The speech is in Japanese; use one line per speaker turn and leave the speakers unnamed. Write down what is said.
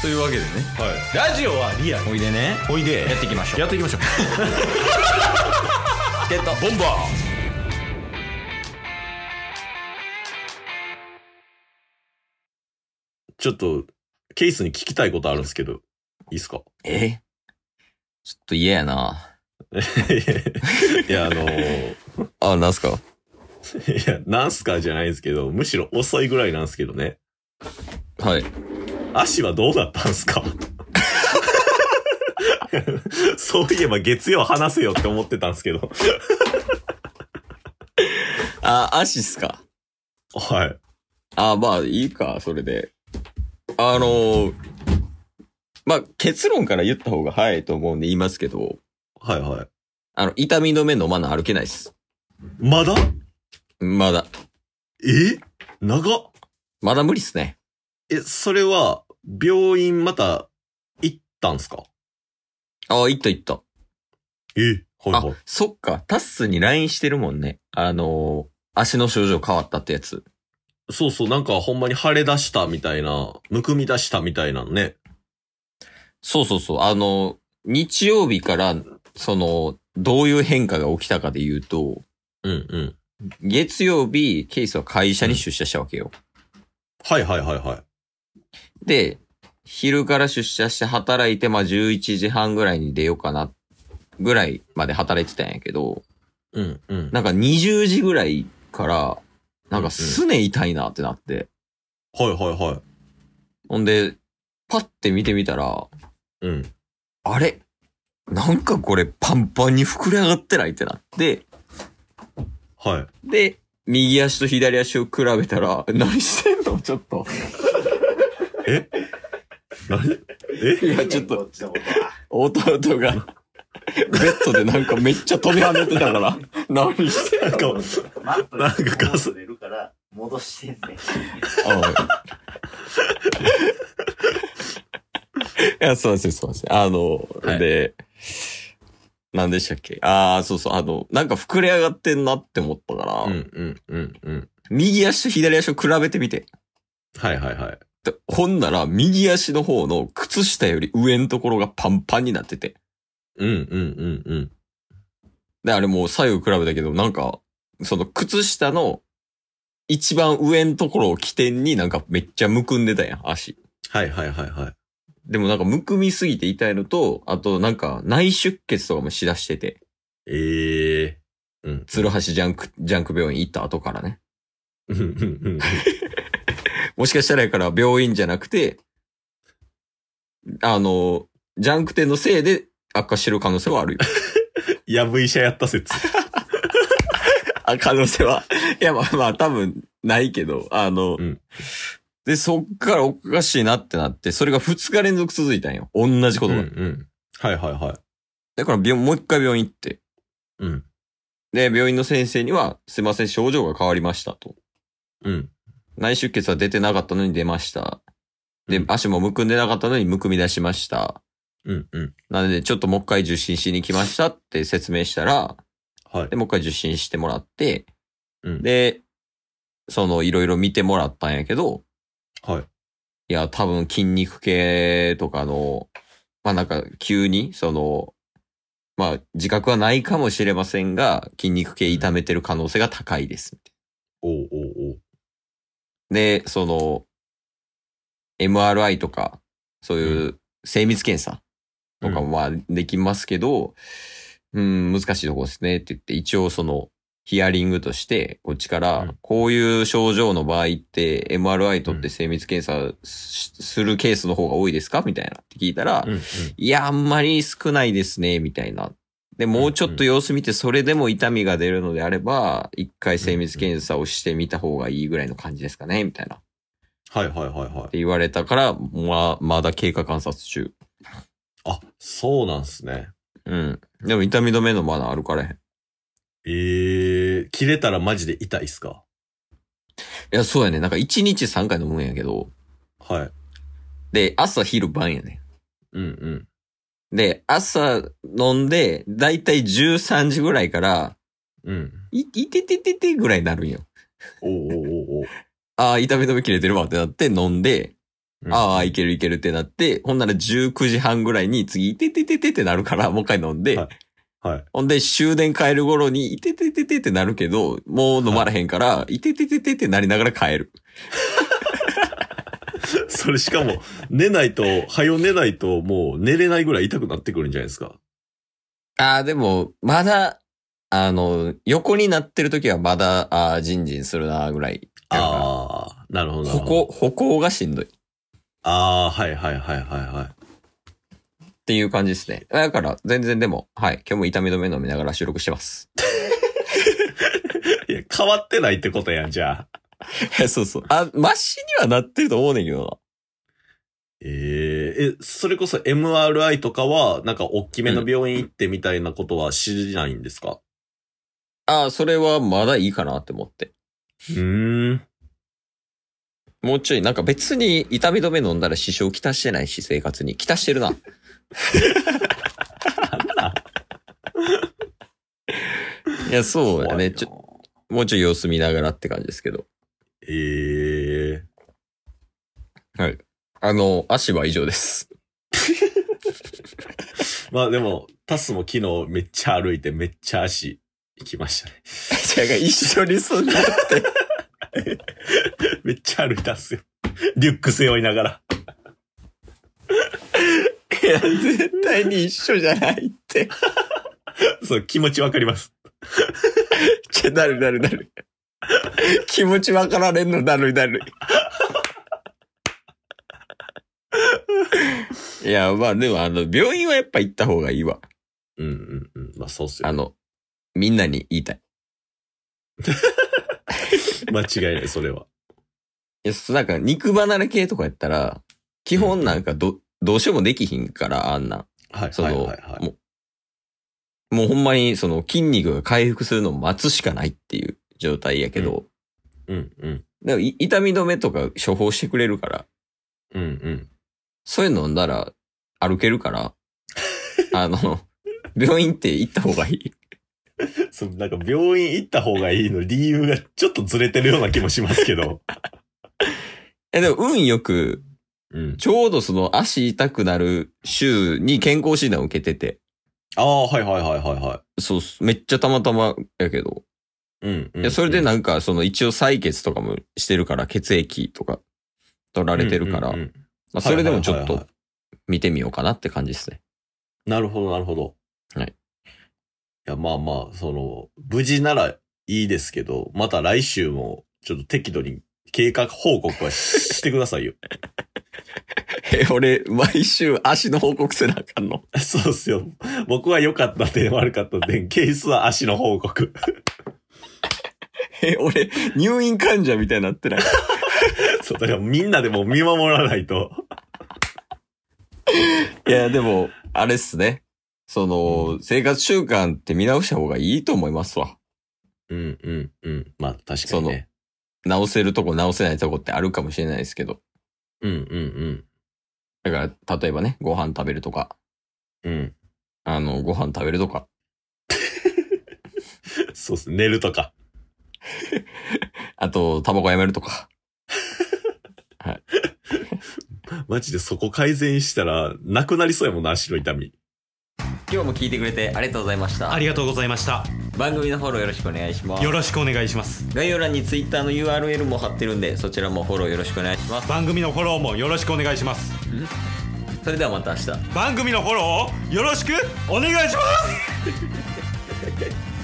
というわけでね
はい、ラジオはリアル
おいでね
おいで
やっていきましょう
やっていきましょう
ゲット
ボンバーちょっとケイスに聞きたいことあるんですけどいいっ すか
えちょっと嫌やない
やあのー
あなんすか
いやなんすかじゃないんですけどむしろ遅いぐらいなんですけどね
はい
足はどうだったんす かそういえば月曜話せよって思ってたんですけど
あ足っすか
はい
あまあいいかそれであのーまあ結論から言った方が早いと思うんで言いますけど
はいはい
あの痛み止め飲まな歩けないっす
まだ
まだ
え長っ
まだ無理っすね
え、それは、病院また、行ったんすか
ああいったいった
えはい
あ。、そっか。タッスに LINE してるもんね。あのー足の症状変わったってやつ。
そうそう、なんかほんまに腫れ出したみたいな、むくみ出したみたいなのね。
そうそうそう。あのー日曜日から、その、どういう変化が起きたかで言うと、
うんうん。
月曜日、ケイスは会社に出社したわけよ。
はいはいはいはい。
で、昼から出社して働いて、まあ、11時半ぐらいに出ようかな、ぐらいまで働いてたんやけど、
うんうん。
なんか20時ぐらいから、なんかすね痛いなってなって。
はいはいはい。
ほんで、パッて見てみたら、
うん。
あれなんかこれパンパンに膨れ上がってないってなって、
はい。
で、右足と左足を比べたら、何してんのちょっと。
何え
いや、ちょっと、弟が、ベッドでなんかめっちゃ飛び跳ねてたから、何してん
なんか、
マット
なんかガス
戻れるから、戻してんねん。
の いや、すいません、すいません。あの、
はい
で、何でしたっけああ、そうそう、あの、なんか膨れ上がってんなって思ったから、
うんうんうんうん。
右足と左足を比べてみて。
はいはいはい。
でほんなら、右足の方の靴下より上のところがパンパンになってて。
うんうんうんうん。
で、あれもう左右比べたけど、なんか、その靴下の一番上のところを起点になんかめっちゃむくんでたやん、足。
はいはいはいはい。
でもなんかむくみすぎて痛いのと、あとなんか内出血とかもしだしてて、
ええー。うん。
鶴橋ジャンク、ジャンク病院行った後からね。
うんうんうん。
もしかしたらやから病院じゃなくて、あの、ジャンク店のせいで悪化してる可能性はあるよ。
やぶ医者やった説。
あ、可能性は。 いや、まあまあ、多分、ないけど、あの、
うん
で、そっからおかしいなってなって、それが2日連続続いたんよ。同じこ
うん
と
う
が。
ん。はいはいはい。
だから病、もう一回病院行って。
うん
で、病院の先生には、すいません、症状が変わりましたと。
うん。
内出血は出てなかったのに出ました。
う
で
ん、
足もむくんでなかったのにむくみ出しました。
うんうん。
なので、ちょっともう一回受診しに来ましたって説明したら、
はい
で、。もう一回受診してもらって、
うん
で、その、いろいろ見てもらったんやけど、
はい。
いや、多分筋肉系とかの、まあなんか急に、その、まあ自覚はないかもしれませんが、筋肉系痛めてる可能性が高いです。
おうおうおう。
で、その、MRI とか、そういう精密検査とかもまあできますけど、うん、難しいとこですねって言って、一応その、ヒアリングとして、こっちか
う
ら
ん、
こういう症状の場合って、MRI 取って精密検査しするケースの方が多いですかみたいなって聞いたら、
うんうん。
いや、あんまり少ないですね、みたいな。で、もうちょっと様子見て、それでも痛みが出るのであれば、一回精密検査をしてみた方がいいぐらいの感じですかね、みたいな。っ
はいはいはいはい。
て言われたから、まあ、まだ経過観察中。
あ、そうなんすね。
うん。でも痛み止めのマナーあるからへん。い
ええー、切れたらマジで痛いっすか
や、そうやね。なんか1日3回飲むんやけど、
はい。
で、朝、昼、晩やね。
うんうん。
で、朝飲んで、だいたい13時ぐらいから、
うん。
い、いててててぐらいになるんよ。
おうおうおうおう。
ああ、痛み止め切れてるわってなって飲んで、
うん
ああ、いけるいけるってなって、ほんなら19時半ぐらいに次、いててててってなるから、もう一回飲んで、
はいはい。
ほんで終電帰る頃に、いててててってなるけど、もう飲まれへんから、い、ててててってなりながら帰る。
それしかも、寝ないと、はよ寝ないと、もう寝れないぐらい痛くなってくるんじゃないですか。
ああ、でも、まだ、あの、横になってる時はまだ、ああ、ジンジンするな、ぐらい。あ。
ああ、なるほど。なる
歩
ほど
行、歩行がしんどい。
ああ、はいはいはいはいは
っていう感じですね。だから、全然でも、はい。今日も痛み止め飲みながら収録してます。
い。いや、 変わってないってことやん、じゃあ。
そうそう。あ、マシにはなってると思うねんけど
えええ、それこそ MRI とかは、なんか大きめの病院行ってみたいなことは知らないんですか
な。ああ、それはまだいいかなって思って。
うーん。
もうちょい、なんか別に痛み止め飲んだら支障をきたしてないし、生活に。きたしてる な。いや、そうやね。ちょ、
ょ。
もうちょい様子見ながらって感じですけど。
ええ
あの、足は以上 です。
まあでも、タスも昨日めっちゃ歩いてめっちゃ足行きましたね。
違う、一緒にすんなって。
めっちゃ歩いたっすよ。リュック背負いながら。
いや、絶対に一緒じゃないって。
そう、気持ちわかります。
ちょ、なるなるな る。気持ちわかられんのなる なる。いや、まあでも、あの、病院はやっぱ行った方がいいわ。
うんうんうん。まあそうっす
あ
よ。
の、みんなに言いたい。
間違いない、それは。
いや、そうなんか、肉離れ系とかやったら、基本なんかど、どうしようもできひんから、あんなん。
はい、
そ
はい、
の、
はいはい。
もう、もうほんまにその筋肉が回復するのを待つしかないっていう状態やけど、
うんうん。
でもい痛み止めとか処方してくれるから、
うんうん。
そういうの飲んだら歩ける から、あの、病院って行った方がいい。
そのなんか病院行った方がいいの理由がちょっとずれてるような気もしますけど。
え、でも運よく、
うん。
ちょうどその足痛くなる週に健康診断を受けてて、
ああ、はいはいはいはいは
そうっす、めっちゃたまたまやけど、
い。うん、うん。
いや、それで
な、
なんか、その一応採血とかもしてるから、血液とか取られてるから、
うんうんうん
まあ、それでもちょっ
はいはいはいは
と見てみようかなって感じですね。
なるほど、なるほど。
はい
いや、まあまあ、その、無事ならいいですけど、また来週も、ちょっと適度に計画報告はししてくださいよ。
え、俺、毎週足の報告せなあかんの
そうっすよ。僕は良かった点、悪かった点、ケースは足の報告。
え、俺、入院患者みたいになってない。
そう、だからみんなでも見守らないと。
いや、でも、あれっすね。その、生活習慣って見直した方がいいと思いますわ。
うん、うん、うん。まあ、確かにね。
直せるとこ直せないとこってあるかもしれないですけど。
うん、うん、
だから、例えばね、ご飯食べるとか、
うん。うん。
あの、ご飯食べるとか、
そうっす。寝るとか。
あと、タバコやめるとか。
マジでそこ改善したら、なくなりそうやもんな、足の痛み。
今日も聞いてくれてありがとうございました
ありがとうございました。
番組のフォローよろしくお願いしま
よろしくお願いします。
概要欄に Twitter の URL も貼ってるんでそちらもフォローよろしくお願いします
番組のフォローもよろしくお願いします。
それではまた明日
番組のフォローをよろしくお願いします